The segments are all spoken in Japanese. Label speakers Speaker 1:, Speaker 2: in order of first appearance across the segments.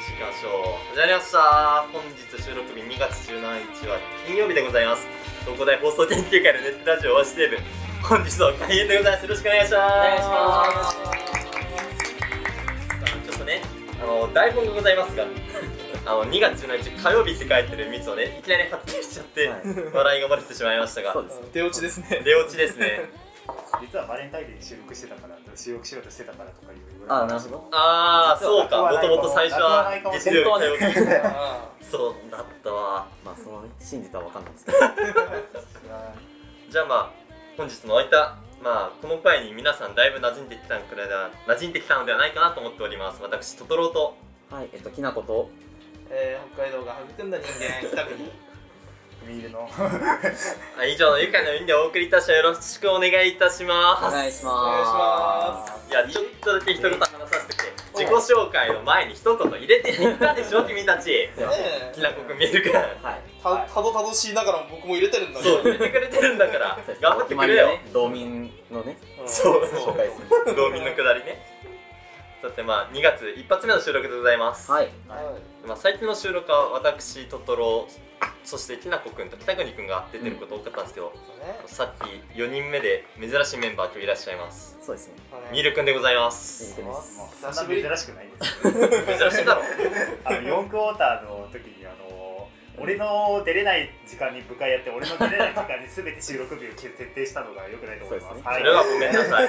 Speaker 1: しましょう始まりました本日収録日2月17日は金曜日でございます東工大放送研究会のネットラジオ和紙テーブ本日の開演でございますよろしくお願いします
Speaker 2: お願いします
Speaker 1: ちょっとねあの台本がございますがあの2月17日火曜日って書いてるミスをねいきなり発見しちゃって、
Speaker 3: はい
Speaker 1: 笑いがバレてしまいましたが
Speaker 3: そうです
Speaker 2: 手落ちですね
Speaker 1: 出落ちです ね
Speaker 3: 実はバレンタインデーに収録してたから収録しようとしてたからとかいう言
Speaker 2: あ
Speaker 3: わ
Speaker 2: な
Speaker 3: れ
Speaker 2: る
Speaker 3: て
Speaker 2: ほど
Speaker 1: ああそうか
Speaker 3: 実は
Speaker 1: も
Speaker 3: 落
Speaker 1: と
Speaker 3: 語
Speaker 1: もと最初は
Speaker 3: 落語
Speaker 1: 月曜
Speaker 2: は
Speaker 1: 日
Speaker 2: な
Speaker 1: 火曜
Speaker 2: いかも
Speaker 1: 日
Speaker 2: しれない
Speaker 1: そうだったわ
Speaker 2: まあその真実は分かんないですけど
Speaker 1: じゃあまあ本日のおいたまあこの回に皆さんだいぶ馴染んできたのくらいだ馴染んできたのではないかなと思っております私トトロと
Speaker 2: はいえっときなこと
Speaker 4: えー、北海道が育んだ人間北国
Speaker 3: ビール の
Speaker 1: あ以上の愉快な4人でお送りいたしますよろしくお願いいたします
Speaker 2: お願いし
Speaker 4: お願いし
Speaker 2: ま
Speaker 4: ます
Speaker 1: いやちょっとだけ一言話させて自己紹介の前に一言入れていったでしょ君たち
Speaker 2: すいません
Speaker 4: ね
Speaker 1: きなこくん見えるから
Speaker 2: はい
Speaker 4: えたたどたどしいながらも僕も入れてるんだ
Speaker 1: そう入れてくれてるんだから
Speaker 2: そうです
Speaker 1: 頑張ってくれよ
Speaker 2: お決まりのね道民のね
Speaker 1: そう
Speaker 2: 紹介する
Speaker 1: 道民のくだりねさてまあ2月一発目の収録でございます
Speaker 2: はい
Speaker 4: はい
Speaker 1: まあ、最近の収録は私トトロそしてきなこくんと北国くんが出てること多かったんですけど、
Speaker 4: そうね
Speaker 1: さっき4人目で珍しいメンバー今日いらっしゃいます
Speaker 2: そうですね
Speaker 4: そうね
Speaker 1: ミルくんでございま
Speaker 2: ミル
Speaker 1: す
Speaker 2: クです
Speaker 3: もうそんな珍しくないです
Speaker 1: 珍しいだろ
Speaker 3: あの4クォーターの時にあの俺の出れない時間に部会やって俺の出れない時間に全て収録日を設定したのが良くないと思い
Speaker 2: そ
Speaker 3: ます
Speaker 2: うですね
Speaker 1: そ
Speaker 3: はい
Speaker 1: れはごめんなさ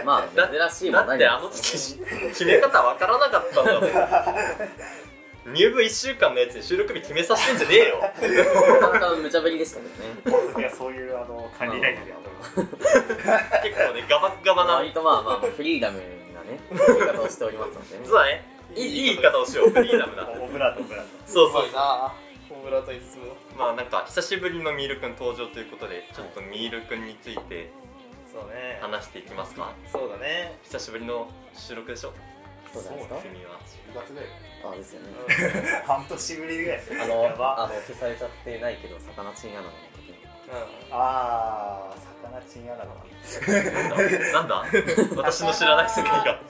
Speaker 1: い
Speaker 2: まあ珍しいも
Speaker 1: だ
Speaker 2: な
Speaker 1: っ
Speaker 2: い
Speaker 1: てあの時決め方わからなかったんだもん入部1週間のやつに収録日決めさせてんじゃねえよ
Speaker 2: なかなか無茶ぶりでしたけどね
Speaker 3: 高卒にはそういうあの管理ラインで思い ます
Speaker 1: 結構ねガバッガバな
Speaker 2: 割とまあまあフリーダムな ね言い方をしておりますのでね
Speaker 1: 実はねいいいい言い方をしようフリーダムだ
Speaker 3: オブラートオブラート
Speaker 1: そう
Speaker 4: う
Speaker 1: そう
Speaker 4: まいなオブラートに包む
Speaker 1: まあなんか久しぶりのミールくん登場ということでちょっとミールくんについて
Speaker 4: そうね
Speaker 1: 話していきますか
Speaker 4: そうだね
Speaker 1: 久しぶりの収録でしょ
Speaker 2: そうじゃないですか
Speaker 1: 君は
Speaker 4: 10月ぐらい
Speaker 2: あですよね
Speaker 3: 半年ぶりぐらい
Speaker 2: あ
Speaker 3: や
Speaker 2: の
Speaker 3: ば
Speaker 2: あの消されちゃってないけど魚チンアナゴの時に
Speaker 3: あー魚チンアナゴ
Speaker 1: なんだ私の知らない世界が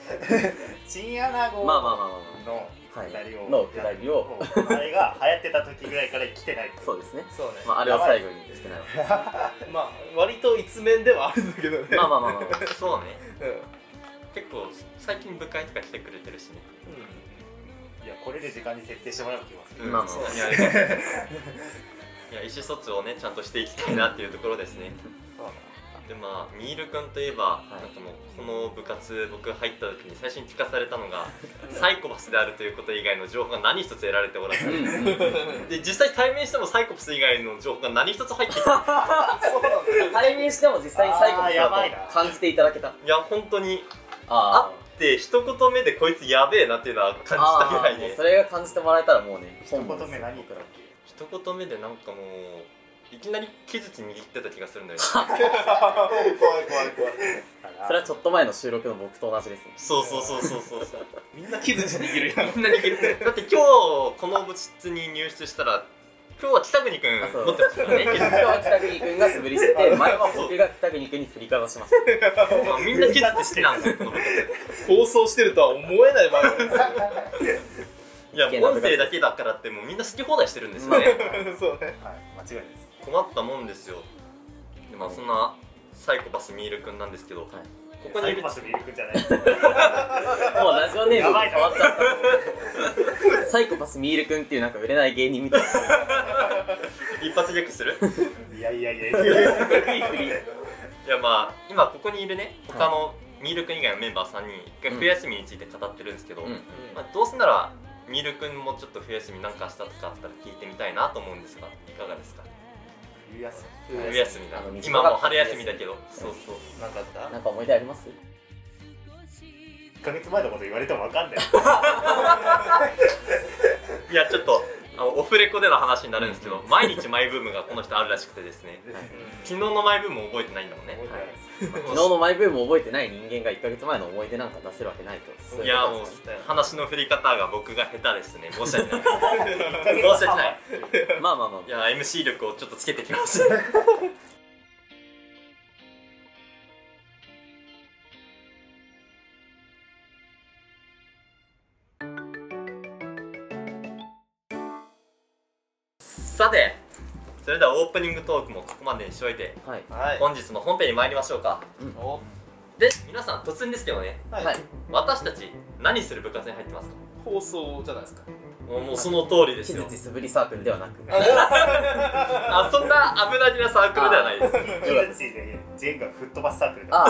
Speaker 3: チンアナゴ
Speaker 2: まあまあまあまあま
Speaker 3: の
Speaker 2: あは
Speaker 3: 下りを、
Speaker 2: いのくだりを
Speaker 3: あれが流行ってた時ぐらいから来てない
Speaker 2: そうですね
Speaker 4: そうね
Speaker 2: まああれを最後にしてないわけです
Speaker 4: まあ割と一面ではあるんだけどね
Speaker 2: まあまあま あまあまあ
Speaker 1: そうね
Speaker 4: うんうん
Speaker 1: 結構最近部会とか来てくれてるしね
Speaker 3: いやこれで時間に設定してもらう気がする
Speaker 1: うん
Speaker 2: まあまあ
Speaker 1: そういやいや意思疎通をねちゃんとしていきたいなっていうところですね
Speaker 4: そうだ
Speaker 1: でまあミールくんといえば、
Speaker 2: い
Speaker 1: なんかもうこの部活僕入った時に最初に聞かされたのがサイコパスであるということ以外の情報が何一つ得られておら ず
Speaker 2: うんうん
Speaker 1: で実際対面してもサイコパス以外の情報が何一つ入ってきて
Speaker 4: そうなんだよ
Speaker 2: 対面しても実際に最後
Speaker 3: あーやばいな
Speaker 2: だと感じていただけた
Speaker 1: いや本当に
Speaker 2: あ
Speaker 1: で一言目でこいつやべえなっていうのは感じたぐ
Speaker 2: あ
Speaker 1: らい
Speaker 2: ーもう
Speaker 1: で
Speaker 2: それが感じてもらえたらもうね
Speaker 3: 一
Speaker 2: 本
Speaker 3: 言
Speaker 2: 望です
Speaker 3: 目何言ったっ
Speaker 1: 一言目でなんかもういきなり木槌握ってた気がするんだよね
Speaker 4: 怖い怖い怖い
Speaker 3: け
Speaker 2: それはちょっと前の収録の僕と同じです ね
Speaker 1: そうそうそうそうそうそう
Speaker 4: みんな傷し握るやん
Speaker 1: みん な握ってだって今日この部室に入室したら今日は北国くん
Speaker 2: あそう
Speaker 1: 持ってました からね
Speaker 2: 今日は北国君が素振りしてて前は僕が北国君に振りかざしました
Speaker 1: まあみんな木槌好きなんですよこの部
Speaker 4: 放送してるとは思えない場合
Speaker 1: 活いや音声だけだからってもうみんな好き放題してるんですよね
Speaker 4: そうね
Speaker 3: はい間違いないです
Speaker 1: 困ったもんですよでまあそんなサイコパスミールくんなんですけど、ここに
Speaker 3: サ
Speaker 1: い
Speaker 3: イ
Speaker 1: る
Speaker 3: コパスミルクじゃないです
Speaker 2: もうラジオネームが変わっちゃったサイコパスミール君っていうなんか売れない芸人みたいな
Speaker 1: 一発逆する
Speaker 3: いやいやいやいや
Speaker 2: いい振り
Speaker 1: いやまあ今ここにいるね他のミールくん以外のメンバー3人一回冬休みについて語ってるんですけど、
Speaker 2: うん
Speaker 1: まあ、どうせならミールくんもちょっと冬休みなんかしたとかあったら聞いてみたいなと思うんですがいかがですか
Speaker 3: 冬休
Speaker 4: うん
Speaker 1: 冬休み
Speaker 2: あ
Speaker 1: な
Speaker 2: の短かっ
Speaker 1: 今
Speaker 2: た
Speaker 1: もう春休みだけどそうそう
Speaker 4: なんかあった
Speaker 2: なんか思い出あります
Speaker 3: み1ヶ月前のこと言われても分かんない
Speaker 1: いやちょっとあのオフレコでの話になるんですけど毎日マイブームがこの人あるらしくてですね昨日のマイブームを覚えてないんだもんね
Speaker 3: 覚えてないです
Speaker 2: 昨日のマイブームを覚えてない人間が1ヶ月前の思い出なんか出せるわけないとそう
Speaker 1: いうや
Speaker 2: こと
Speaker 1: もう
Speaker 2: です
Speaker 1: 話の振り方が僕が下手ですね申し訳ない
Speaker 3: 1
Speaker 1: 申
Speaker 3: ヶ
Speaker 1: し
Speaker 3: 月
Speaker 1: 訳ない
Speaker 2: ねまあまあまあ
Speaker 1: いや MC 力をちょっとつけてきますさてそれではオープニングトークもここまでにしておいて
Speaker 2: はい
Speaker 4: はい
Speaker 1: 本日の本編に参りましょうか
Speaker 4: お
Speaker 1: で皆さん突然ですけどね
Speaker 4: はい、
Speaker 2: はい
Speaker 1: 私たち何する部活に入ってますか
Speaker 4: 放送じゃないですか
Speaker 1: もうもうその通りです
Speaker 2: 木
Speaker 1: よ
Speaker 2: 槌素振りサークルではなく
Speaker 1: あそんな危なげなサークルではないです
Speaker 3: 木槌でジェンガ吹っ飛ばすサークルだ
Speaker 2: あ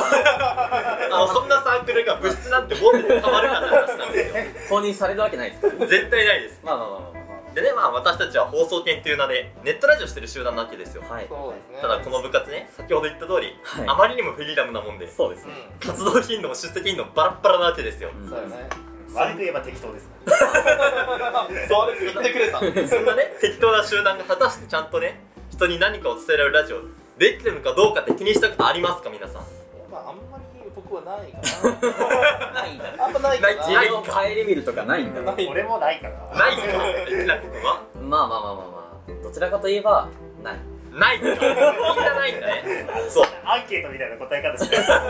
Speaker 2: あ
Speaker 1: あそんなサークルが物質なんて持ってて変わるかって話なんですよ
Speaker 2: 公認されるわけないですから
Speaker 1: 絶対ないです
Speaker 2: まあまあまあま
Speaker 1: でねまあ私たちは放送研という名でネットラジオしてる集団なわけですよ
Speaker 2: あまあはい
Speaker 4: そうですね
Speaker 1: ただこの部活ね先ほど言った通り、
Speaker 2: はい
Speaker 1: あまりにもフリーダムなもんで
Speaker 2: そうですね
Speaker 1: 活動頻度も出席頻度もバラッバラなわけですよ、
Speaker 4: うんそうだね
Speaker 3: 悪く言えば適当です
Speaker 4: そう言ってくれた
Speaker 1: そんなね適当な集団が果たしてちゃんとね人に何かを伝えられるラジオできてるのかどうかって気にしたことありますか皆さん
Speaker 4: まああんまり僕はないか
Speaker 2: ないんだ
Speaker 4: なあんまないかな
Speaker 1: ない
Speaker 2: 自分を顧みるとかないんだま
Speaker 4: ない
Speaker 3: 俺もないから
Speaker 1: ないかえきなくんは
Speaker 2: あまあまあまあまあどちらかといえばない
Speaker 1: ないかみんなないんだねそう
Speaker 3: アンケートみたいな答え方してる完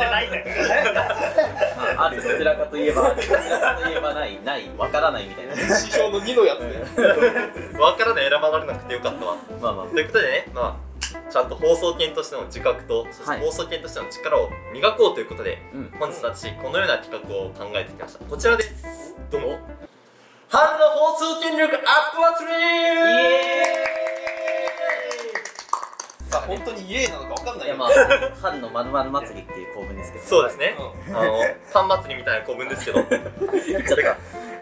Speaker 3: 全ないんだから
Speaker 2: あるどちらかといえばあるどちらかといえばないないわからないみたいな
Speaker 4: 指標の2のやつね
Speaker 1: わからない選ばれなくてよかったわ
Speaker 2: まあまあ
Speaker 1: ということでねまあちゃんと放送研としての自覚とそして
Speaker 2: はい
Speaker 1: 放送研としての力を磨こうということで、
Speaker 2: うん
Speaker 1: 本日私このような企画を考えてきましたこちらですどうも春の放送権力アップ祭り
Speaker 4: さあ本当にイエーイなのかわかんないい
Speaker 2: や
Speaker 4: よ
Speaker 2: まあ春のまるまる祭りっていう構文ですけど
Speaker 1: そうですね、
Speaker 4: う
Speaker 1: あのパン祭りみたいな構文 ですけどというこ
Speaker 2: 言っちゃっ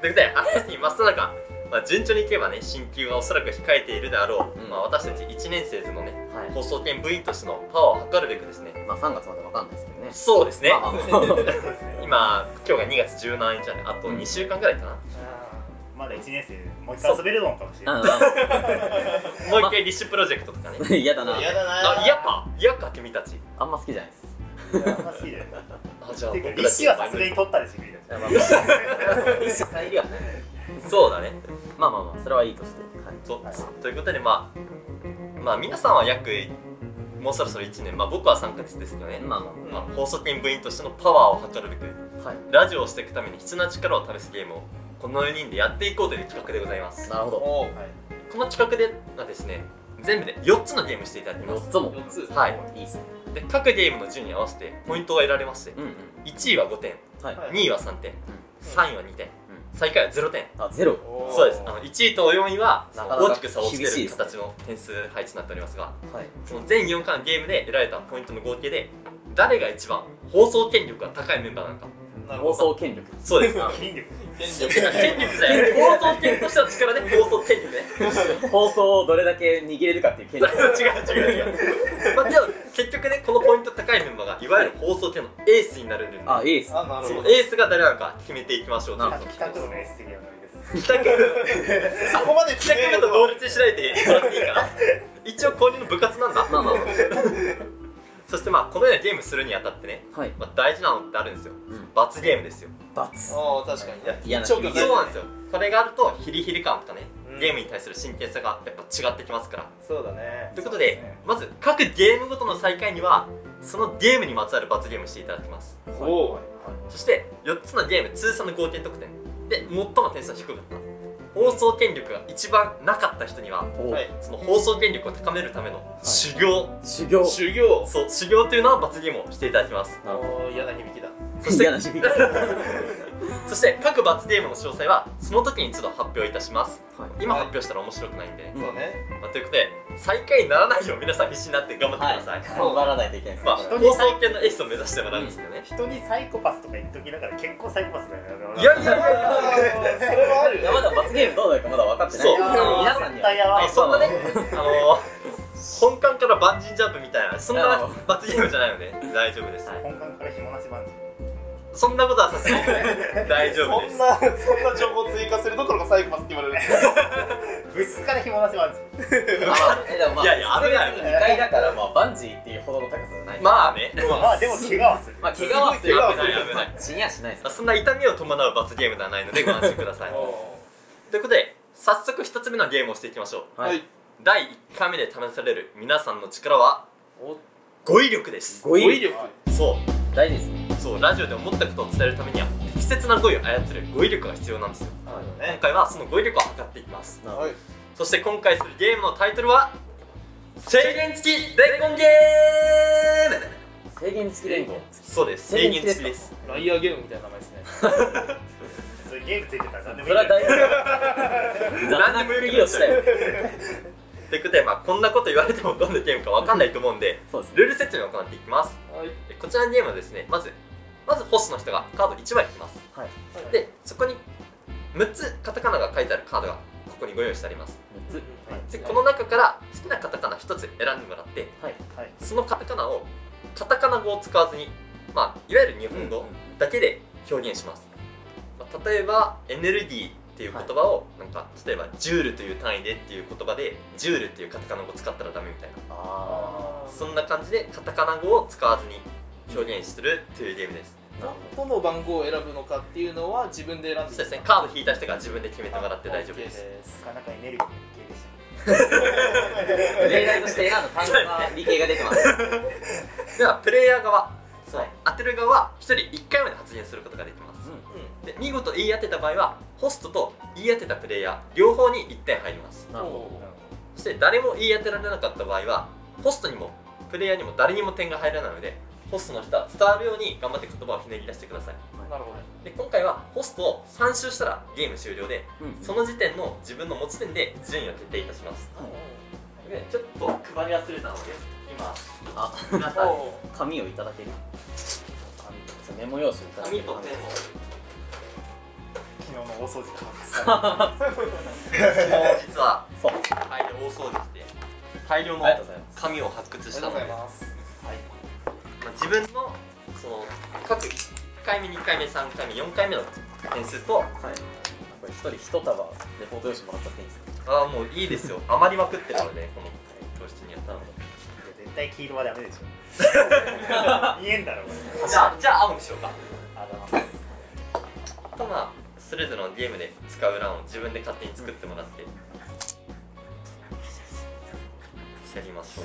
Speaker 2: た
Speaker 1: とで春休み真っ只中まあ、順調にいけばね、進級がおそらく控えているであろう、
Speaker 2: うん
Speaker 1: まあ、私たち1年生のね、
Speaker 2: はい
Speaker 1: 放送研部員としてのパワーを測るべくですね、
Speaker 2: まあ3月までわかんないですけどね
Speaker 1: そうですね、
Speaker 2: まあまあまあ
Speaker 1: 今今日が2月17日なんであと2週間ぐらいかな、
Speaker 3: まだ1年生もう一回遊べるのかもしれない
Speaker 1: もう一回リッシュプロジェクトとかね
Speaker 2: うん 嫌だな
Speaker 4: 嫌だな
Speaker 1: あ嫌か嫌か君たち
Speaker 2: あんま好きじゃないです
Speaker 3: あんま好きじゃない
Speaker 1: あじゃあ
Speaker 3: て
Speaker 1: 僕たち
Speaker 3: か立志はさすがに取ったでしょみた
Speaker 2: ま
Speaker 3: いな
Speaker 2: あまあまあ一緒に帰りは
Speaker 1: そうだね
Speaker 2: まあまあまあそれはいいとしてはい
Speaker 1: そうということでまあまあ皆さんは約もうそろそろ1年まあ僕は3ヶ月ですけどね、
Speaker 2: まあま
Speaker 1: まあ放送研部員としてのパワーを測るべく
Speaker 2: あはい
Speaker 1: ラジオをしていくために必要な力を試すゲームをこの4人でやっていこうという企画でございます
Speaker 2: なるほど
Speaker 4: おう
Speaker 1: この企画ではですね全部で4つのゲームしていただきま
Speaker 2: 4
Speaker 1: す
Speaker 2: つも
Speaker 4: 4つ
Speaker 1: はい
Speaker 2: いいっすね
Speaker 1: で各ゲームの順位に合わせてポイントが得られまして
Speaker 2: うんうん
Speaker 1: 1位は5点
Speaker 2: はい
Speaker 4: はい
Speaker 1: 2位は3点3位は2点、最下位は0点
Speaker 2: あゼロ
Speaker 4: おう
Speaker 1: そうですあの1位と4位は
Speaker 2: なかなか
Speaker 1: 大きく差をつけ
Speaker 2: 厳し
Speaker 1: る
Speaker 2: いですね
Speaker 1: 形の点数配置になっておりますが
Speaker 2: はい
Speaker 1: その全4回のゲームで得られたポイントの合計で誰が一番放送権力が高いメンバーなのか
Speaker 4: なる
Speaker 2: 放
Speaker 4: ほ
Speaker 2: 送権力
Speaker 1: そう です
Speaker 3: 筋力
Speaker 4: ど権力
Speaker 1: 権力じゃない放送権としての力で放送権力ね
Speaker 2: 放送をどれだけ握れるかっていう権力
Speaker 1: 違う違う違う まあでも結局ねこのポイント高いメンバーがいわゆる放送権のエースになれるんで
Speaker 2: あいいっす
Speaker 4: あなる
Speaker 1: そ
Speaker 4: ほ
Speaker 1: の
Speaker 4: ど
Speaker 1: エースが誰なのか決めていきましょうという
Speaker 3: 帰宅部の S 的なノリです
Speaker 1: 帰宅
Speaker 4: そこまで来
Speaker 1: 帰宅部と同率にしないでもらっていいかな一応公認の部活なんだ
Speaker 2: まあまあま
Speaker 1: そしてまあこのようなゲームするにあたってね、
Speaker 2: あはい
Speaker 1: まあ、大事なのってあるんですよ、
Speaker 2: ん
Speaker 1: 罰ゲームですよ
Speaker 2: 罰
Speaker 4: おう確かにね
Speaker 2: 嫌な
Speaker 4: 一応
Speaker 2: 厳
Speaker 4: が
Speaker 2: し
Speaker 4: な
Speaker 2: い
Speaker 4: い
Speaker 1: そうなんですよこれがあるとヒリヒリ感とかね、
Speaker 4: うん
Speaker 1: ゲームに対する真剣さがやっぱ違ってきますから
Speaker 4: そうだね
Speaker 1: ということで
Speaker 3: そうですね
Speaker 1: まず各ゲームごとの最下位にはそのゲームにまつわる罰ゲームしていただきます
Speaker 4: おう
Speaker 1: そして4つのゲーム通算の合計得点で最も点数が低かった放送権力が一番なかった人には
Speaker 2: お
Speaker 4: はい
Speaker 1: その放送権力を高めるための修行、
Speaker 2: 修行
Speaker 4: 修行
Speaker 1: そう修行というのは罰ゲームをしていただきます
Speaker 2: なるほ
Speaker 4: おう嫌な響きだ
Speaker 1: そして
Speaker 2: 嫌な修行は
Speaker 1: そして各罰ゲームの詳細はその時に一度発表いたします
Speaker 2: い
Speaker 1: 今発表したら面白くないんで、ね
Speaker 2: うん
Speaker 4: そうね
Speaker 1: まあ、ということで最下位にならないよう皆さん必死になって頑張ってください、
Speaker 2: 頑張らないといけないですね
Speaker 1: まあ
Speaker 2: これ
Speaker 1: 放
Speaker 2: は
Speaker 1: 送権のエースを目指してもらうんですけどね、
Speaker 3: 人にサイコパスとか言っときながら結構サイコパスだよね
Speaker 1: いやいやいやい
Speaker 4: それはある
Speaker 2: いやまだ罰ゲームどうなるかまだ分かってない
Speaker 1: そう
Speaker 2: 皆さんに
Speaker 3: 絶
Speaker 2: は
Speaker 3: 対やば
Speaker 1: や
Speaker 3: い
Speaker 2: あ
Speaker 1: そんなねあのー、本館からバンジージャンプみたいなそん
Speaker 2: なる
Speaker 1: な
Speaker 2: ほ
Speaker 1: 罰ゲームじゃないので大丈夫です、
Speaker 2: はい
Speaker 3: 本館から紐なしバンジー
Speaker 1: そんなことはさすがに ね大丈夫
Speaker 4: そ
Speaker 1: で
Speaker 4: ん
Speaker 1: す
Speaker 4: なそんな情報追加するどころかサイコパスって言われる
Speaker 3: 物質から紐なしバンジー
Speaker 2: えでもまあ
Speaker 1: いやいや危ない
Speaker 2: 普通に2階だからまあバンジーっていうほどの高さじゃない
Speaker 1: まあね
Speaker 3: まあでも怪我はする
Speaker 2: まあ怪我はする
Speaker 4: すごい
Speaker 1: 怪我はする
Speaker 2: まあ死にはしないです
Speaker 1: まあそんな痛みを伴う罰ゲームではないのでご安心くだ さいということで早速1つ目のゲームをしていきましょう
Speaker 4: はい
Speaker 1: 第1回目で試される皆さんの力は
Speaker 4: お
Speaker 1: 語彙力です
Speaker 2: 語彙
Speaker 4: 力
Speaker 1: そ
Speaker 2: 大事ですね
Speaker 1: うそうラジオで思ったことを伝えるためには適切な語彙を操る語彙力が必要なんですよ
Speaker 4: あるよ
Speaker 1: 今
Speaker 4: ね
Speaker 1: 回はその語彙力を測っていきます
Speaker 2: なるほ
Speaker 4: はい
Speaker 1: そして今回するゲームのタイトルは制限付き伝言ゲーム
Speaker 2: 制限付き連合
Speaker 1: そうです制
Speaker 2: 制
Speaker 1: 限
Speaker 2: 限
Speaker 1: 付
Speaker 2: 付
Speaker 1: き
Speaker 2: き
Speaker 1: で
Speaker 2: ですす
Speaker 5: ライアーゲームみたいな名前ですね。
Speaker 3: そういうゲームついてたら何で
Speaker 2: そ
Speaker 3: もいい
Speaker 2: れは大
Speaker 3: よ
Speaker 2: 丈夫
Speaker 1: 何
Speaker 2: 何
Speaker 1: でも
Speaker 2: で
Speaker 1: よく
Speaker 2: もい
Speaker 1: ない
Speaker 2: いよしたよ
Speaker 1: ということで、まあ、こんなこと言われてもどんなゲームかわかんないと思うんで
Speaker 2: そうですね
Speaker 1: ルール説明を行っていきます
Speaker 5: はい。
Speaker 1: でこちらのゲームはですねまずまず星の人がカード1枚引きます、
Speaker 2: はい
Speaker 1: でそこに6つカタカナが書いてあるカードがここにご用意してあります
Speaker 2: 3つ
Speaker 1: でこの中から好きなカタカナ1つ選んでもらって
Speaker 3: はい
Speaker 1: そのカタカナをカタカナ語を使わずに、まあ、いわゆる日本語だけで表現します、まあ例えばエネルギーっていう言葉を、なんか例えばジュールという単位でっていう言葉でジュールっていうカタカナ語を使ったらダメみたいな
Speaker 2: あ
Speaker 1: そんな感じでカタカナ語を使わずに表現するっていうゲームです
Speaker 2: ど
Speaker 5: どの番号を選ぶのかっていうのは自分で選んで
Speaker 1: そ
Speaker 5: いい
Speaker 1: してですねカード引いた人が自分で決めてもらって大丈夫です
Speaker 5: OK です
Speaker 3: なかなかエネルギーの系でし
Speaker 2: あ例題として選んだ単語が理系が出てます
Speaker 1: ではプレイヤー側
Speaker 2: はい
Speaker 1: 当てる側は1人1回まで発言することができます
Speaker 2: うん
Speaker 1: で見事言い当てた場合はホストと言い当てたプレイヤー両方に1点入ります
Speaker 2: なるほ
Speaker 5: おう
Speaker 1: そして誰も言い当てられなかった場合はホストにもプレイヤーにも誰にも点が入らないのでホストの人は伝わるように頑張って言葉をひねり出してください
Speaker 5: なるほど。
Speaker 1: で今回はホストを3周したらゲーム終了で
Speaker 2: ど、うん、
Speaker 1: その時点の自分の持ち点で順位を決定いたしますでちょっと配り忘れたので今
Speaker 2: あ
Speaker 1: 皆さんに
Speaker 5: おう
Speaker 2: 紙をいただける紙メモ用紙いただけ
Speaker 1: 紙
Speaker 2: る
Speaker 1: とペンを
Speaker 3: 昨日の大掃除 か
Speaker 1: 昨日実は
Speaker 2: そう
Speaker 1: 大量大掃除して大量の
Speaker 2: ありがとうございます
Speaker 1: 紙を発掘したので、まあ、
Speaker 4: す
Speaker 1: 自分のその各1回目2回目3回目4回目の点数と
Speaker 2: はいこれ一人一束レポート用紙もらっちゃっていいですか
Speaker 1: ああもういいです よ余りまくってるのでこの教室にやったので
Speaker 3: 絶対黄色はダメでしょ言えんだろこれ
Speaker 1: じゃあじゃあ青にしようか
Speaker 3: あだな
Speaker 1: とまあそれぞれのゲームで使う欄を自分で勝手に作ってもらってやりましょう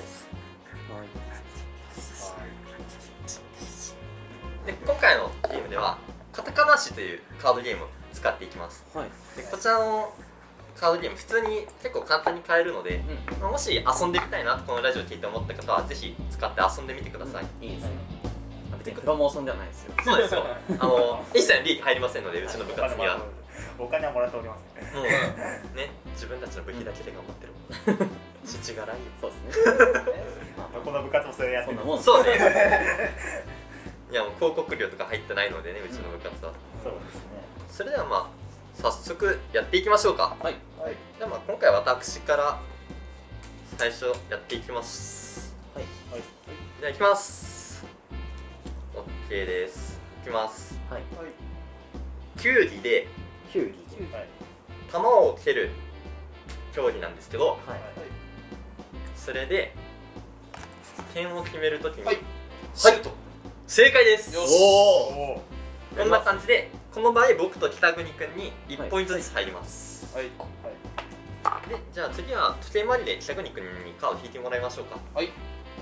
Speaker 1: で今回のゲームではカタカナ詞というカードゲームを使っていきます
Speaker 2: はい
Speaker 1: でこちらのカードゲーム普通に結構簡単に買えるので、まあもし遊んでみたいなとこのラジオ聞いて思った方はぜひ使って遊んでみてください、
Speaker 2: いいですね別にプロモーションではないですよ
Speaker 1: そうですよあの一切利益入りませんのでうちの部活にはも
Speaker 3: お金はもらっておりますね
Speaker 1: うね自分たちの部費だけで頑張ってる父ちがらいよ
Speaker 2: そうですね
Speaker 3: どこの部活もそれやって
Speaker 2: そん
Speaker 3: る
Speaker 2: なもんです
Speaker 1: そうね いやもう広告料とか入ってないのでねうちの部活は
Speaker 3: そうですね
Speaker 1: それではまあ早速やっていきましょうか
Speaker 2: はい
Speaker 1: じゃあまあ今回私から最初やっていきます
Speaker 2: はい
Speaker 3: はい
Speaker 1: じゃあいきます OK ですいきます
Speaker 2: はい
Speaker 1: 球技で
Speaker 2: キュウリ
Speaker 3: はい
Speaker 1: 球を蹴る競技なんですけど
Speaker 2: はい
Speaker 1: それで点を決めるときに、
Speaker 4: はい
Speaker 1: シュート正解です
Speaker 5: よし
Speaker 3: お
Speaker 2: お
Speaker 3: お
Speaker 1: こんな感じでこの場合僕と北国くんに1ポイントずつ入ります、
Speaker 5: はい。
Speaker 1: でじゃあ次は時計回りで北国くんにカード引いてもらいましょうか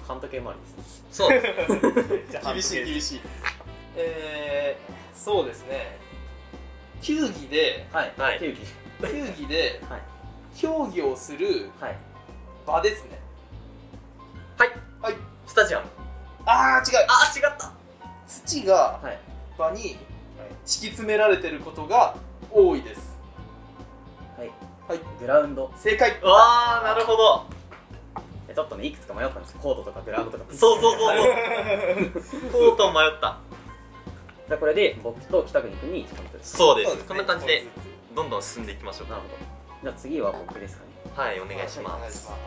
Speaker 2: 半時計回りですね
Speaker 1: そう
Speaker 3: じゃあ
Speaker 5: 厳しい厳
Speaker 3: い
Speaker 5: しい。 えー、そうですね。球技で
Speaker 2: はい
Speaker 1: はい
Speaker 2: キュウリ
Speaker 5: 球技で
Speaker 2: はい
Speaker 5: 競技をする
Speaker 2: はい
Speaker 5: 場ですね。
Speaker 1: はい、
Speaker 5: はい、
Speaker 1: スタジアム
Speaker 5: あー違う。
Speaker 1: あー違った
Speaker 5: 土が
Speaker 2: はい
Speaker 5: 場に敷き詰められてることが多いです。
Speaker 2: グラウンド
Speaker 5: 正解。
Speaker 1: うわーなるほど
Speaker 2: ちょっとねいくつか迷ったんですよコートとかグラウンドとか
Speaker 1: そうそうそう そうコート迷った
Speaker 2: じゃあこれで僕と北国君に1ポイントです
Speaker 1: そうです
Speaker 5: そうですね
Speaker 1: こんな感じでどんどん進んでいきましょう
Speaker 2: なるほどじゃあ次は僕ですかね
Speaker 1: はいお願いします、
Speaker 4: はい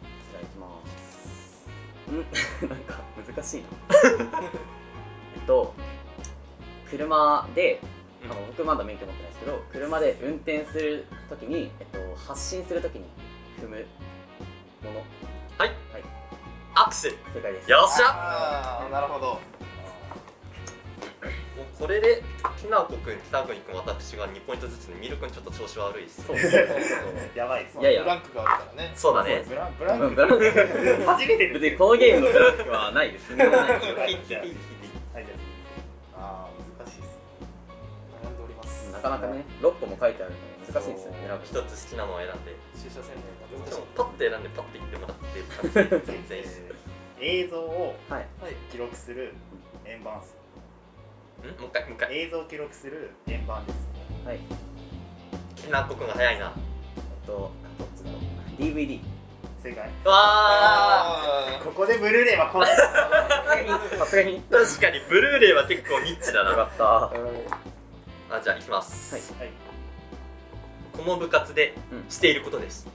Speaker 2: じゃあ行きますうん なんか難しいな えっと車であの僕まだ免許持ってないですけど車で運転するときに、えっと、発進するときに踏むもの
Speaker 1: アクセル
Speaker 2: 正解です
Speaker 1: よっしゃ
Speaker 4: あーなるほど
Speaker 1: もうこれできなこくん北国くん私が2ポイントずつでミルくんちょっと調子悪いです
Speaker 2: そうそうそう
Speaker 3: やばいです
Speaker 2: いやいや
Speaker 4: ブランクがあるからね
Speaker 1: そうだね
Speaker 3: ブランブ
Speaker 2: そ
Speaker 3: ラ
Speaker 2: う
Speaker 3: ン
Speaker 2: うんブランク
Speaker 3: 初めてです
Speaker 2: 別にこのゲームのブランクはないです踏みもないですよ
Speaker 3: ブラン
Speaker 1: いいいいいい
Speaker 3: はいじゃ
Speaker 4: あー難しいです
Speaker 5: 悩んでおります。
Speaker 2: なかなかね6個も書いてあるので難しいですよね選ぶ
Speaker 1: 一つ好きなのを選んで
Speaker 5: 駐車線内が
Speaker 1: で
Speaker 5: 難し
Speaker 1: もパッて選んでパッて言ってもらってる感じ全然いいです
Speaker 3: 映像を
Speaker 2: のはい
Speaker 5: いはい
Speaker 3: 記録する円盤数
Speaker 1: んもう一回もう一回
Speaker 3: 映像を記録する円盤です
Speaker 2: はい
Speaker 1: きなこくんが早いなわ
Speaker 2: あとどっちだ ろう DVD
Speaker 3: 正解
Speaker 1: あ
Speaker 4: あ
Speaker 3: ここでブルーレイはこない
Speaker 2: さすがによ
Speaker 1: 確かにブルーレイは結構ニッチだな
Speaker 2: かったは
Speaker 1: あじゃあいきます、
Speaker 2: はい
Speaker 3: はい
Speaker 1: この部活で
Speaker 2: うん
Speaker 1: していることです、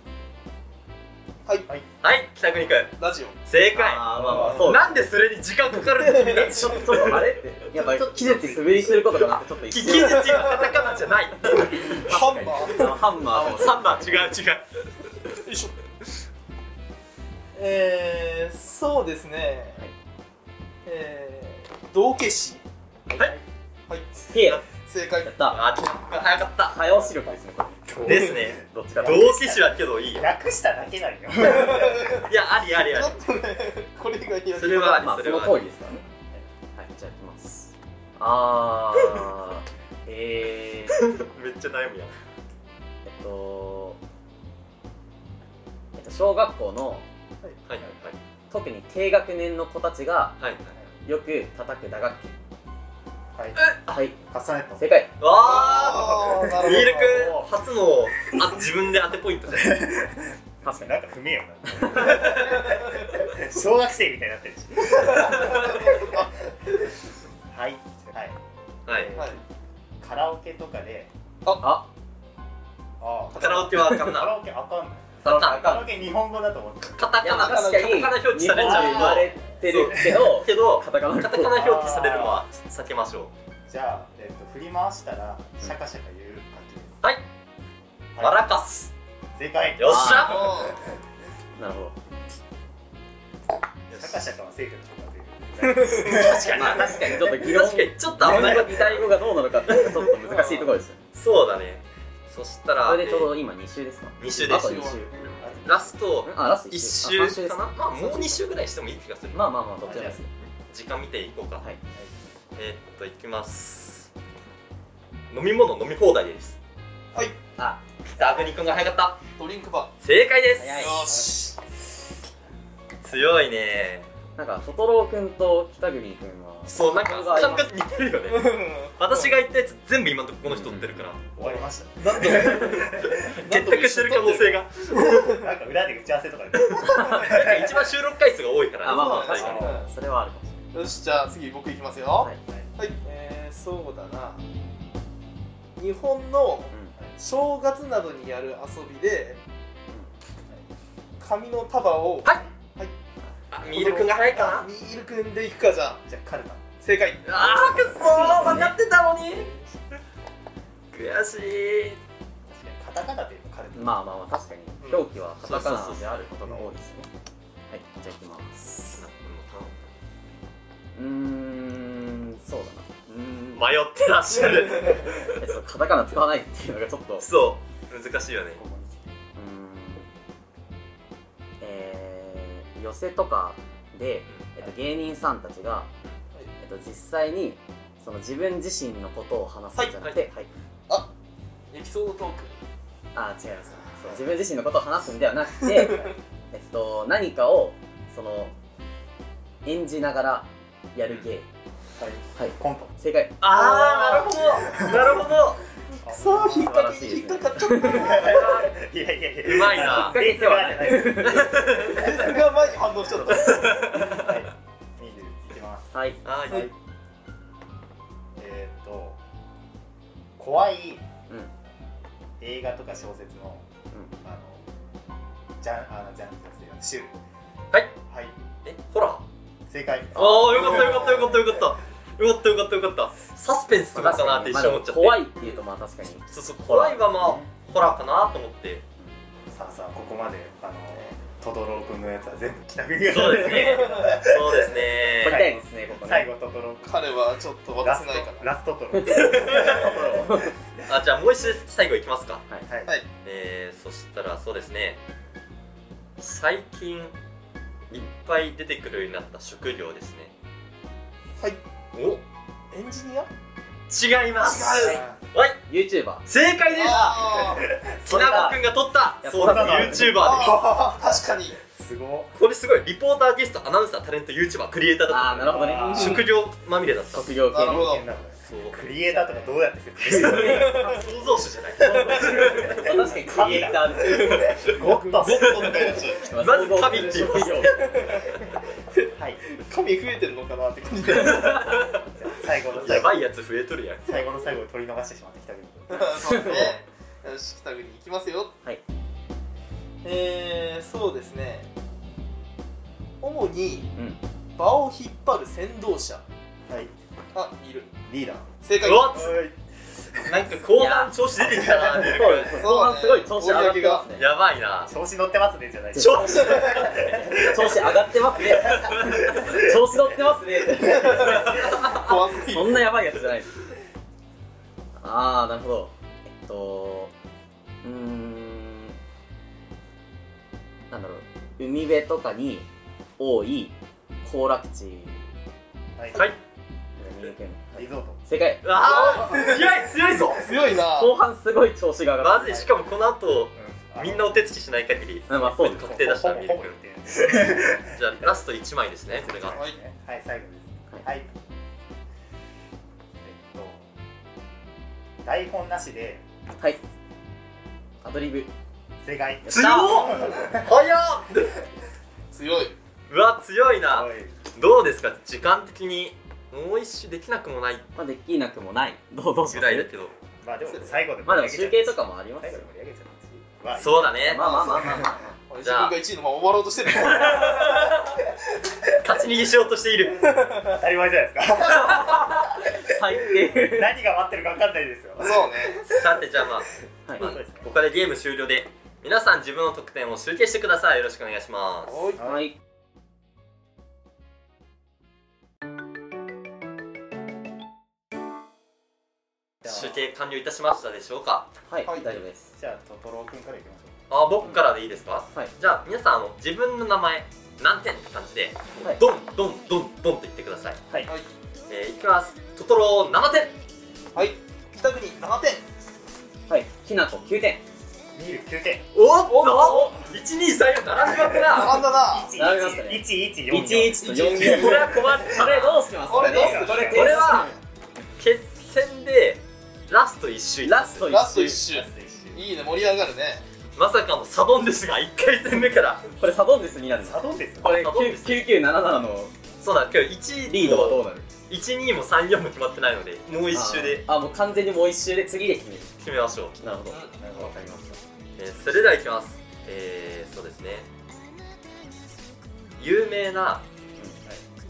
Speaker 4: はい
Speaker 3: はい
Speaker 1: はい北国くん
Speaker 4: ラジオ
Speaker 1: 正解
Speaker 2: あーまあまあそう
Speaker 1: なんでそれに時間かかるって君たち
Speaker 2: ちょっとあれってやっぱ気絶滑りすることかなってちょっと一
Speaker 1: 聞き
Speaker 2: 瞬
Speaker 1: 口がカタカナじゃない
Speaker 4: ハンマー
Speaker 2: ハンマーでも
Speaker 1: サンダー違う違う
Speaker 5: えー、そうですね、
Speaker 2: はい
Speaker 5: えー、道化師
Speaker 4: はい
Speaker 2: ピエロ
Speaker 4: 正解
Speaker 2: やった
Speaker 1: あー早かった
Speaker 2: 早押し力ですねこ
Speaker 1: ですね
Speaker 2: れどっちか
Speaker 1: 同
Speaker 2: と
Speaker 1: 期誌はけどいいよ
Speaker 3: 楽しただけだよ
Speaker 1: いやありありあ
Speaker 4: ちょ
Speaker 1: り
Speaker 4: っとねこれ以外には
Speaker 1: それはあり
Speaker 2: まあ
Speaker 1: そ
Speaker 2: そ
Speaker 1: れ
Speaker 2: の
Speaker 1: はあ
Speaker 2: 通
Speaker 1: り
Speaker 2: りですからねはいじゃあいきますあ ーえー
Speaker 1: めっちゃ悩むやん
Speaker 2: えっとえっと小学校の
Speaker 1: はい
Speaker 2: 特に低学年の子たちが
Speaker 1: はいはい
Speaker 2: よく叩く打楽器
Speaker 3: はい
Speaker 2: はい
Speaker 3: カスタネット
Speaker 2: 正解
Speaker 1: わあ
Speaker 4: あーな
Speaker 1: ミール
Speaker 4: る
Speaker 1: くん初のあ自分で当てポイントじゃん
Speaker 2: 確かに
Speaker 3: なんか不明よ な小学生みたいにな ってるし
Speaker 1: は
Speaker 3: はいはい
Speaker 1: い
Speaker 4: ほどはい
Speaker 3: カラオケとかで
Speaker 2: あ
Speaker 3: あ
Speaker 1: カラオケはあかん
Speaker 3: カ
Speaker 1: な
Speaker 3: ラオケあかんない
Speaker 1: あかん
Speaker 3: カラオケ日本語だと思ってた
Speaker 1: カタ
Speaker 2: いや
Speaker 1: カ
Speaker 2: ま
Speaker 1: ナ
Speaker 2: あ
Speaker 1: カタ
Speaker 2: 確
Speaker 1: カ
Speaker 2: かに
Speaker 1: ナ表記
Speaker 2: 日
Speaker 1: さ
Speaker 2: 本
Speaker 1: れ
Speaker 2: で
Speaker 1: ち
Speaker 2: 生ま
Speaker 1: ゃう
Speaker 2: れてるけど
Speaker 1: けど
Speaker 2: カタカナ
Speaker 1: カタカナ表記されるのは避けましょ
Speaker 3: じゃあ、えっと、振り回したらシャカシャカ言う感じです
Speaker 1: はい
Speaker 3: は
Speaker 1: う
Speaker 3: い
Speaker 1: マラカス
Speaker 3: 正解
Speaker 1: よっしゃ
Speaker 4: あ
Speaker 2: なるほど
Speaker 3: シャカシャカはセーフだとかで
Speaker 1: 確かに
Speaker 2: まあ確かにちょっと議論
Speaker 1: 確かにちょっと危な
Speaker 2: 日本
Speaker 1: い
Speaker 2: 語擬態語がどうなのかっていうのがちょっと難しいところですよね
Speaker 1: そうだねそしたら
Speaker 2: これでちょうど今2週ですか
Speaker 1: 二週です
Speaker 2: あと2
Speaker 4: ー
Speaker 2: 週
Speaker 1: ラスト
Speaker 2: んあラスト
Speaker 1: 1
Speaker 2: 1
Speaker 1: 周
Speaker 2: です
Speaker 1: かなまあもう2周ぐらいしてもいい気がする
Speaker 2: まあまあまあどっちでもいいです
Speaker 1: 時間見ていこうか
Speaker 2: はい
Speaker 1: えーっといきます飲み物飲み放題です
Speaker 2: あ
Speaker 1: ダグニ君が早かった
Speaker 4: ドリンクバ
Speaker 1: 正解です
Speaker 2: 早い
Speaker 4: ーよし
Speaker 1: 強いね
Speaker 2: なんかトトロくんと北国くんは
Speaker 1: そうなんか感覚似てるよね 私が言ったやつ全部今のとここの人売ってるから
Speaker 3: 終わりまし
Speaker 4: なんで
Speaker 1: 結託してる可能性が
Speaker 3: たなんか裏で打ち合わせとかで
Speaker 1: なんか一番収録回数が多いから
Speaker 2: あまあまあ
Speaker 1: そう
Speaker 2: 確か
Speaker 1: なんだよ
Speaker 2: にそれはあるかもしれ
Speaker 4: よしじゃあ次僕いきますよ
Speaker 2: は
Speaker 4: はいい、えー、そうだな日本の正月などにやる遊びで紙の束を
Speaker 1: はいあミール君が早いかな
Speaker 4: ミールくんでいくかじゃあ
Speaker 3: じゃあカルタ
Speaker 4: 正解
Speaker 1: あーくっそー分かってたのに悔しい
Speaker 3: 確かにカタカナで言うとカルタ
Speaker 2: ないまあまあまあ確かに表記はカタカ
Speaker 1: そうそう
Speaker 2: ナ
Speaker 1: そう
Speaker 2: であることが多いですねはいじゃあいきますうーんそうだなうーん
Speaker 1: 迷ってらっしゃる
Speaker 2: えちょっとカタカナ使わないっていうのがちょっとうーん
Speaker 1: そう難しいよね
Speaker 3: ここに
Speaker 2: えー寄せとかで、えっと、芸人さんたちが、えっと、実際にその自分自身のことを話すんじゃなくて、はい
Speaker 5: エピソードトーク
Speaker 2: あー違いますそう自分自身のことを話すんではなくてえっと何かをその演じながらやる芸、
Speaker 3: はい
Speaker 2: はい
Speaker 3: コント
Speaker 2: 正解
Speaker 1: あーなるほどなるほど
Speaker 3: あ
Speaker 4: さあ引っ掛
Speaker 2: 素晴らしい
Speaker 4: け
Speaker 2: ですね
Speaker 4: 引っ掛かっちゃった
Speaker 3: いやいやいや
Speaker 1: うまいな
Speaker 3: ベースはない はい
Speaker 4: ですが前に反応しちゃった
Speaker 3: ミールいきます
Speaker 2: はい
Speaker 1: あーい
Speaker 3: えーっと怖い
Speaker 2: うんうん
Speaker 3: 映画とか小説のあのジャンあのジャンルですよ
Speaker 1: はい
Speaker 3: はい
Speaker 1: えホラー
Speaker 3: 正解
Speaker 1: あーよかったよかったよかったよかったよかったよかったよかったサスペンスとかかなって一
Speaker 2: まあ
Speaker 1: 瞬思
Speaker 2: でも
Speaker 1: っちゃって
Speaker 2: 怖いっていうとまあ確かに
Speaker 1: そうそう怖いはまあホラーかなと思って
Speaker 3: さあさあここまであのトドロー君のやつは全部北国が
Speaker 1: そうですねそう です
Speaker 2: 撮り
Speaker 1: ね
Speaker 2: たいですねここね
Speaker 3: 最後トドロ
Speaker 4: 彼はちょっと渡
Speaker 3: ラス
Speaker 4: せないか
Speaker 3: ト
Speaker 4: ら
Speaker 3: ラストトロ
Speaker 1: あじゃあもう一度最後いきますか
Speaker 3: はい
Speaker 4: はい
Speaker 1: えー、そしたらそうですね最近いっぱい出てくるようになった職業ですね
Speaker 4: はい
Speaker 1: お
Speaker 4: エンジニア
Speaker 1: 違います
Speaker 4: 違う
Speaker 3: あ
Speaker 1: はい
Speaker 2: YouTuber
Speaker 1: 正解です
Speaker 4: あ
Speaker 1: きなこくんが取った
Speaker 2: いや
Speaker 1: そう
Speaker 2: そうだ
Speaker 1: です YouTuber です
Speaker 4: あー確かに
Speaker 3: すご
Speaker 1: これすごいリポーターゲストアナウンサータレント YouTuber クリエイターだ
Speaker 2: ああ
Speaker 1: っ
Speaker 2: なるほどね
Speaker 3: あー
Speaker 1: た職業まみれだった
Speaker 2: 卒業系
Speaker 4: なるほど
Speaker 3: いな
Speaker 1: そう
Speaker 3: クリエイターとかどうやって説明する
Speaker 1: 創造主じゃない
Speaker 2: 確かにクリエイター で
Speaker 3: ゴッド
Speaker 2: す
Speaker 1: まず神って言います
Speaker 3: はい
Speaker 4: 髪増えてるのかなって感じ
Speaker 3: 最後の
Speaker 1: や
Speaker 3: 最後
Speaker 1: ばいやつ増えとるやん
Speaker 3: 最後の最後を取り逃してしまってきたけど
Speaker 4: そうですねよし北国行きますよ
Speaker 2: はい
Speaker 4: えー、そうですね主に
Speaker 2: うん
Speaker 4: 場を引っ張る先導者
Speaker 3: はい
Speaker 4: あいる
Speaker 3: リーダー
Speaker 4: 正解
Speaker 1: うわっ
Speaker 3: はい
Speaker 1: なんか後半調子出てきたな
Speaker 2: そう
Speaker 1: や
Speaker 2: ですね
Speaker 4: そう
Speaker 2: 後
Speaker 4: だね
Speaker 2: 半すごい調子上がってますね
Speaker 1: やばいな
Speaker 3: 調子乗ってますねじゃない
Speaker 1: 調子
Speaker 2: 調子上がってますね調子乗ってますね
Speaker 4: 怖すぎる
Speaker 2: そんなやばいやつじゃないですああなるほどえっとうーんなんだろう海辺とかに多い行楽地
Speaker 3: はい
Speaker 1: はい
Speaker 2: 三重県
Speaker 3: リゾート
Speaker 2: 正解
Speaker 1: あー強い強いぞ
Speaker 4: 強いな
Speaker 2: 後半すごい調子が上が
Speaker 1: ま
Speaker 2: っ
Speaker 1: ず
Speaker 2: て
Speaker 1: いしかもこの後みんな
Speaker 3: を
Speaker 1: お手つきしない限り
Speaker 2: うんまあそうです
Speaker 1: 確定出したら見る
Speaker 3: ほぼっていう
Speaker 1: じゃあラスト1枚ですねこれが
Speaker 3: はいはい最後ですはいえっと台本なしで
Speaker 2: はいアドリブ
Speaker 3: 正解
Speaker 1: 強っ早っ
Speaker 4: 強いう
Speaker 1: わ強いな
Speaker 3: おい
Speaker 1: どうですか時間的にもう一周できなくもない
Speaker 2: まあできなくもないどうどうし
Speaker 1: ぐ
Speaker 2: ます
Speaker 1: らいだけど
Speaker 3: まあでも最後で
Speaker 2: まあで
Speaker 3: 盛り
Speaker 2: も
Speaker 3: 上
Speaker 2: 集
Speaker 3: げちゃう
Speaker 2: 計とかもあります
Speaker 3: 最後
Speaker 2: よ
Speaker 3: で盛り上げちゃうまあ
Speaker 1: そうだね
Speaker 2: まあまあまあまあまあ
Speaker 4: 俺
Speaker 1: じ
Speaker 4: 自
Speaker 1: ゃあ
Speaker 4: 分が1位のまま終わろうとしてる
Speaker 1: 勝ち逃げしようとしている
Speaker 3: 当たり前じゃないですか
Speaker 2: 最低
Speaker 3: 何が待ってるか分かんないですよ
Speaker 4: そうね
Speaker 1: さてじゃあまあ
Speaker 2: はい
Speaker 1: まあここでゲーム終了で皆さん自分の得点を集計してくださいよろしくお願いします
Speaker 4: おい
Speaker 2: はい
Speaker 1: 集計完了いたしましたでしょうか
Speaker 2: はい、
Speaker 4: はい
Speaker 2: 大丈夫です。
Speaker 3: じゃあトトロー君からいきましょ
Speaker 1: あ僕からでいいですか、
Speaker 2: はい
Speaker 1: じゃあ皆さんあの自分の名前何点って感じで、
Speaker 2: はい
Speaker 1: ドンドンドンドンって言ってください
Speaker 2: はい
Speaker 4: はい、
Speaker 1: えーいきますトトロ7点
Speaker 4: はい北国7点
Speaker 2: はい、きなこ9点。
Speaker 3: うビール9点
Speaker 1: おっと1234並んでまってな
Speaker 4: 並んだな
Speaker 2: 並びましたね
Speaker 3: 1144
Speaker 2: 11と4
Speaker 1: これは困っ
Speaker 2: こ
Speaker 1: た
Speaker 2: れどうします
Speaker 4: これどうす
Speaker 2: ね
Speaker 4: る
Speaker 3: これ
Speaker 1: これは決戦でラスト1周
Speaker 2: ラスト
Speaker 4: ラスト1
Speaker 2: 1
Speaker 4: 周いいね盛り上がるね
Speaker 1: まさかのサドンですが1回戦目から
Speaker 2: これサドンデスになるの
Speaker 3: サドンですよ
Speaker 2: これ
Speaker 1: サドンデス
Speaker 2: 9977の
Speaker 1: そうだ今日1
Speaker 2: リードはどうなる
Speaker 1: 12も32も決まってないのでもう1周で
Speaker 2: あーあもう完全にもう1周で次で決める
Speaker 1: 決めましょう、
Speaker 2: なるほど
Speaker 3: なるほどわかりました
Speaker 1: えーそれではいきますえー、そうですね有名な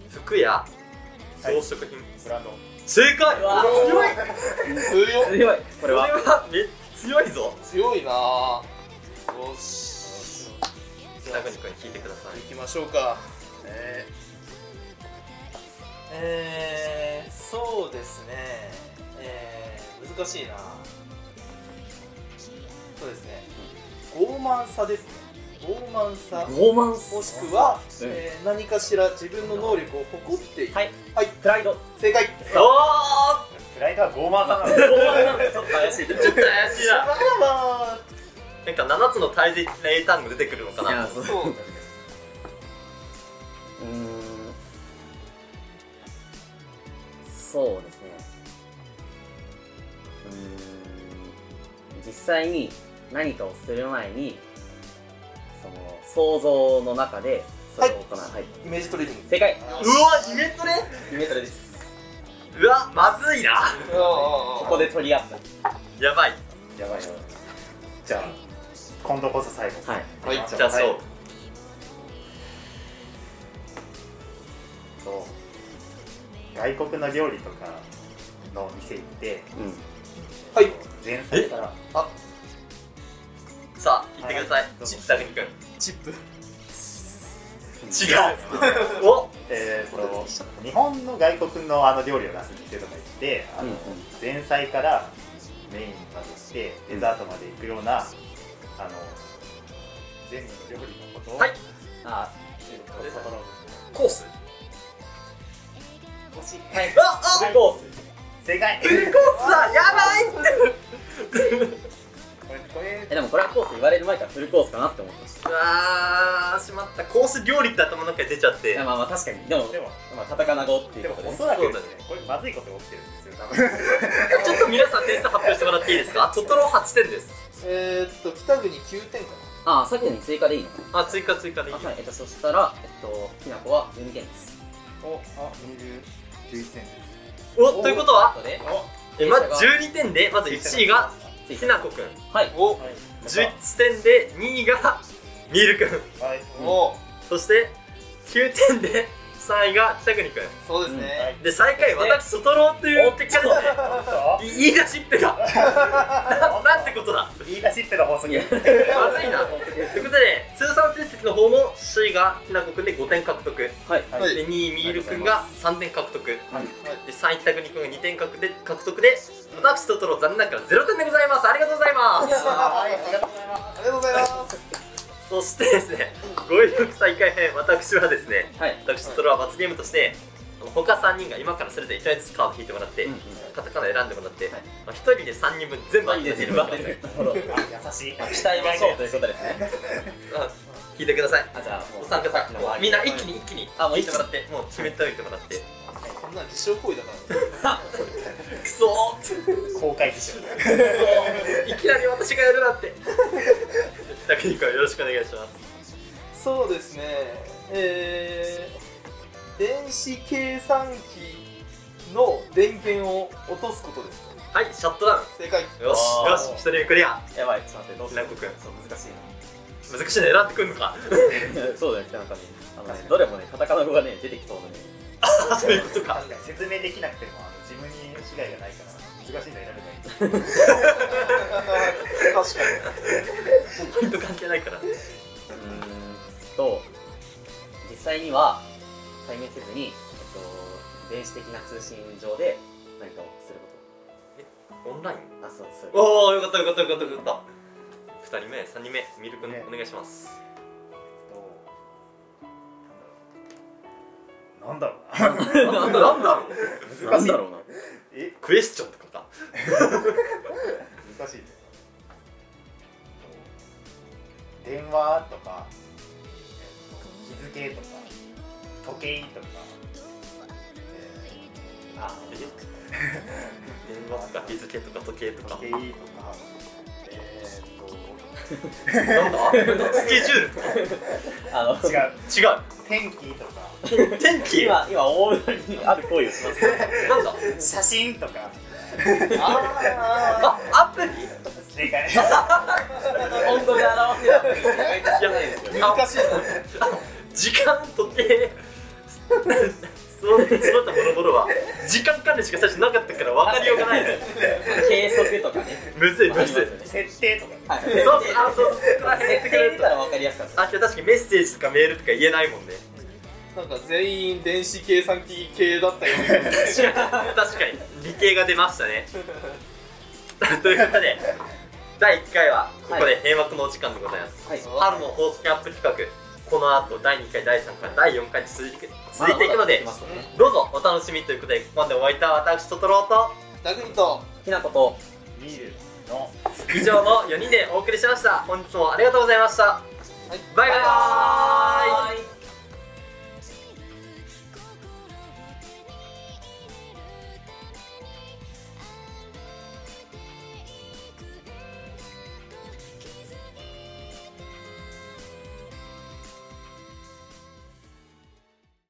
Speaker 1: 服や
Speaker 3: はい
Speaker 1: 装飾品、
Speaker 3: ブランド
Speaker 1: 正解
Speaker 2: うわ
Speaker 1: 強い
Speaker 4: 強い
Speaker 2: 強いこ
Speaker 1: こ
Speaker 2: れ
Speaker 1: れ
Speaker 2: は
Speaker 1: はめ強いぞ
Speaker 4: 強いなよしじゃ
Speaker 1: 北
Speaker 4: あ
Speaker 1: 国君聞いてください
Speaker 4: 行きましょうかえー、えー、そうですねえー、難しいなそうですね傲慢さですね傲慢さ
Speaker 2: 傲慢
Speaker 4: もしくは、
Speaker 2: うん
Speaker 4: えー何かしら自分の能力を誇っている
Speaker 2: はい
Speaker 4: はい
Speaker 2: プライド
Speaker 4: 正解
Speaker 1: おー
Speaker 3: プライドは傲慢さな
Speaker 2: 傲慢なのちょっと怪しいけど
Speaker 1: ちょっと怪しいな
Speaker 4: あ
Speaker 1: なんか7つの大切な英単語出てくるのか
Speaker 2: いや
Speaker 1: な
Speaker 2: そう
Speaker 4: らそう
Speaker 2: うーんそうですねうーん実際に何かをする前にその想像の中でそれを行うはい、
Speaker 4: イメージトレーニング
Speaker 2: 正解
Speaker 1: うわイメトレ
Speaker 2: 2メートルです
Speaker 1: うわまずいな
Speaker 2: こ
Speaker 4: こ
Speaker 2: こで取り合った
Speaker 1: やばい
Speaker 2: やばいや
Speaker 3: じゃあ今度こそ最後
Speaker 2: ばいはい
Speaker 4: はい
Speaker 3: 行きましょ
Speaker 1: じゃあそう、
Speaker 3: はいそう外国の料理とかの店行って
Speaker 2: うん
Speaker 4: はい
Speaker 3: 前菜から
Speaker 1: さあ言ってください
Speaker 3: はい
Speaker 1: ち北国君違
Speaker 4: チップ
Speaker 1: うお
Speaker 3: えー、と日本の外国のあの料理を出す店とか行ってあの、
Speaker 2: うんうん
Speaker 3: 前菜からメインまで行ってデザートまで行くような、あの全部の料理のことを、
Speaker 1: はい
Speaker 2: あ
Speaker 3: トトロ
Speaker 1: コース
Speaker 3: 欲しい
Speaker 1: ああ
Speaker 2: ーコース
Speaker 3: 正解
Speaker 1: フルコースだやばいって
Speaker 2: 言われる前からフルコースかなって思ってまし
Speaker 1: うわーしまったコース料理って頭の中に出ちゃって
Speaker 2: いやまあまあ確かにでも
Speaker 3: でも
Speaker 2: まあカタカナ語ってい
Speaker 3: で
Speaker 2: う
Speaker 3: も
Speaker 2: ことで
Speaker 3: おそらくですね
Speaker 1: そうだ
Speaker 3: これまずいことが起きてるんですよ多分
Speaker 1: ちょっと皆さん点数発表してもらっていいですかトトロ8点です
Speaker 4: えー、っと北国9点か
Speaker 2: ああさっきのに追加でいいの
Speaker 1: あ追加追加でいい
Speaker 2: あはいえっとそしたらえっときなこは12点です
Speaker 4: なおあ20 11点
Speaker 1: おということは
Speaker 2: あとね
Speaker 1: えま12点でまず1位が
Speaker 2: 追
Speaker 1: き
Speaker 2: 加
Speaker 1: なこくん
Speaker 2: はい
Speaker 4: お
Speaker 3: はい
Speaker 1: 10点で2位がみるくん
Speaker 3: はい
Speaker 4: お
Speaker 1: そして9点で3位が北国くん
Speaker 4: そうですね、
Speaker 1: で最下位私トトロという結果ですね
Speaker 3: 本
Speaker 1: い言い出しっぺがななんてことだ
Speaker 3: 当言い出しっぺの法則
Speaker 2: いや
Speaker 1: まずいなということで通算成績の方も首位がきなこくんで5点獲得で
Speaker 2: はい
Speaker 3: はい
Speaker 4: はい
Speaker 1: 2位みーるくんが3点獲得
Speaker 2: はい
Speaker 1: で3位北国くんが2点獲得で獲得で私トトロ残念ながら0点でございますありがとうございます
Speaker 4: はい、ありがとうございますありがとうございます
Speaker 1: そしてですね語彙力再開編私はですね
Speaker 2: はい
Speaker 1: 私トトロは罰ゲームとして他3人が今からそれぞれ1枚ずつカード引いてもらって、
Speaker 2: うんうん
Speaker 1: カタカナ選んでもらって、
Speaker 2: はい
Speaker 1: まあ、1人で3人分全部当ててもらってください
Speaker 3: 優 しい
Speaker 2: 期待ましょうということですね
Speaker 1: あ引いてください
Speaker 2: あじゃあもう
Speaker 1: お参加さん
Speaker 2: もう
Speaker 1: みんな一気に一気に
Speaker 2: あもう
Speaker 1: 引いて
Speaker 2: 一気
Speaker 1: も
Speaker 2: に
Speaker 1: らってもう決めておいてもらって
Speaker 4: こんなん自傷行為だから
Speaker 1: くそー
Speaker 3: 公開でしょ
Speaker 1: いきなり私がやるなんてタクニックはよろしくお願いします
Speaker 4: そうですねえー、電子計算機の電源を落とすことですね
Speaker 1: はいシャットダウン
Speaker 4: 正解
Speaker 1: よしよし一人目クリア
Speaker 2: やばいちょっと待ってどうしよ
Speaker 1: ランコくん
Speaker 2: そう難しい
Speaker 1: 難しいの選んでくんのか
Speaker 2: なそうだよなんかねあのね どれもねカタカナ語がね出てきそうなね
Speaker 1: あ そういうこと か
Speaker 3: 確かに説明できなくてもあの自分に被害がないから難しいの選べばいい
Speaker 4: 確か
Speaker 1: ポイント関係ないから
Speaker 2: うーんと実際には対面せずに、えっと、電子的な通信上で何かをするこ
Speaker 1: オンライン
Speaker 2: とあそうそう
Speaker 1: おおよかったよかったよかったよかった2人目3人目ミルクの
Speaker 3: ね
Speaker 1: お願いします
Speaker 3: となんだろうな
Speaker 1: なんだなんだろう
Speaker 2: なんだろうな
Speaker 3: え
Speaker 1: クエスチョンとかか
Speaker 3: 難しいね電話とかえっと日付とか時計とか
Speaker 2: あ
Speaker 1: え電話とか日付とか時計とか
Speaker 3: 時計とかえーっ
Speaker 1: なんだスケジュールとか
Speaker 2: あの
Speaker 3: と違う
Speaker 1: 違う
Speaker 3: 天気とか
Speaker 1: 天気
Speaker 2: 今今大盛りにある行為をします
Speaker 1: なんだ
Speaker 3: 写真とか
Speaker 4: にあ
Speaker 1: あアプリ
Speaker 3: 正解
Speaker 2: 本当に表せなくて意外と知らないですよ
Speaker 4: ー難しいな
Speaker 1: 時間時計そうそうだったものものは時間管理しか最初なかったから分かりようがない ね
Speaker 2: 計測とかね
Speaker 1: むずい
Speaker 2: ありま
Speaker 1: む
Speaker 2: す
Speaker 1: ずい
Speaker 2: よね
Speaker 3: 設定とか
Speaker 2: はい
Speaker 1: そうあそうそこら辺やってくれ
Speaker 2: 設定
Speaker 1: る
Speaker 2: 見
Speaker 1: と
Speaker 2: たら分かりやすかった
Speaker 1: あけど確かにメッセージとかメールとか言えないもんね
Speaker 4: なんか全員電子計算機系だったような
Speaker 1: 確かに理系が出ましたね ということで第1回はここで閉幕のお時間でございます、
Speaker 2: はい
Speaker 1: 春の放送キャンプ企画この後第2回第3回第4回と続いていく続いていくので
Speaker 2: まだまだ続きますよね
Speaker 1: どうぞお楽しみということでここまでお会いいた私トトロと
Speaker 4: ダグニと
Speaker 2: きなこと
Speaker 3: 見るの
Speaker 1: 以上の4人でお送りしました本日もありがとうございました、
Speaker 4: はい
Speaker 1: バイバーイ
Speaker 2: ーイ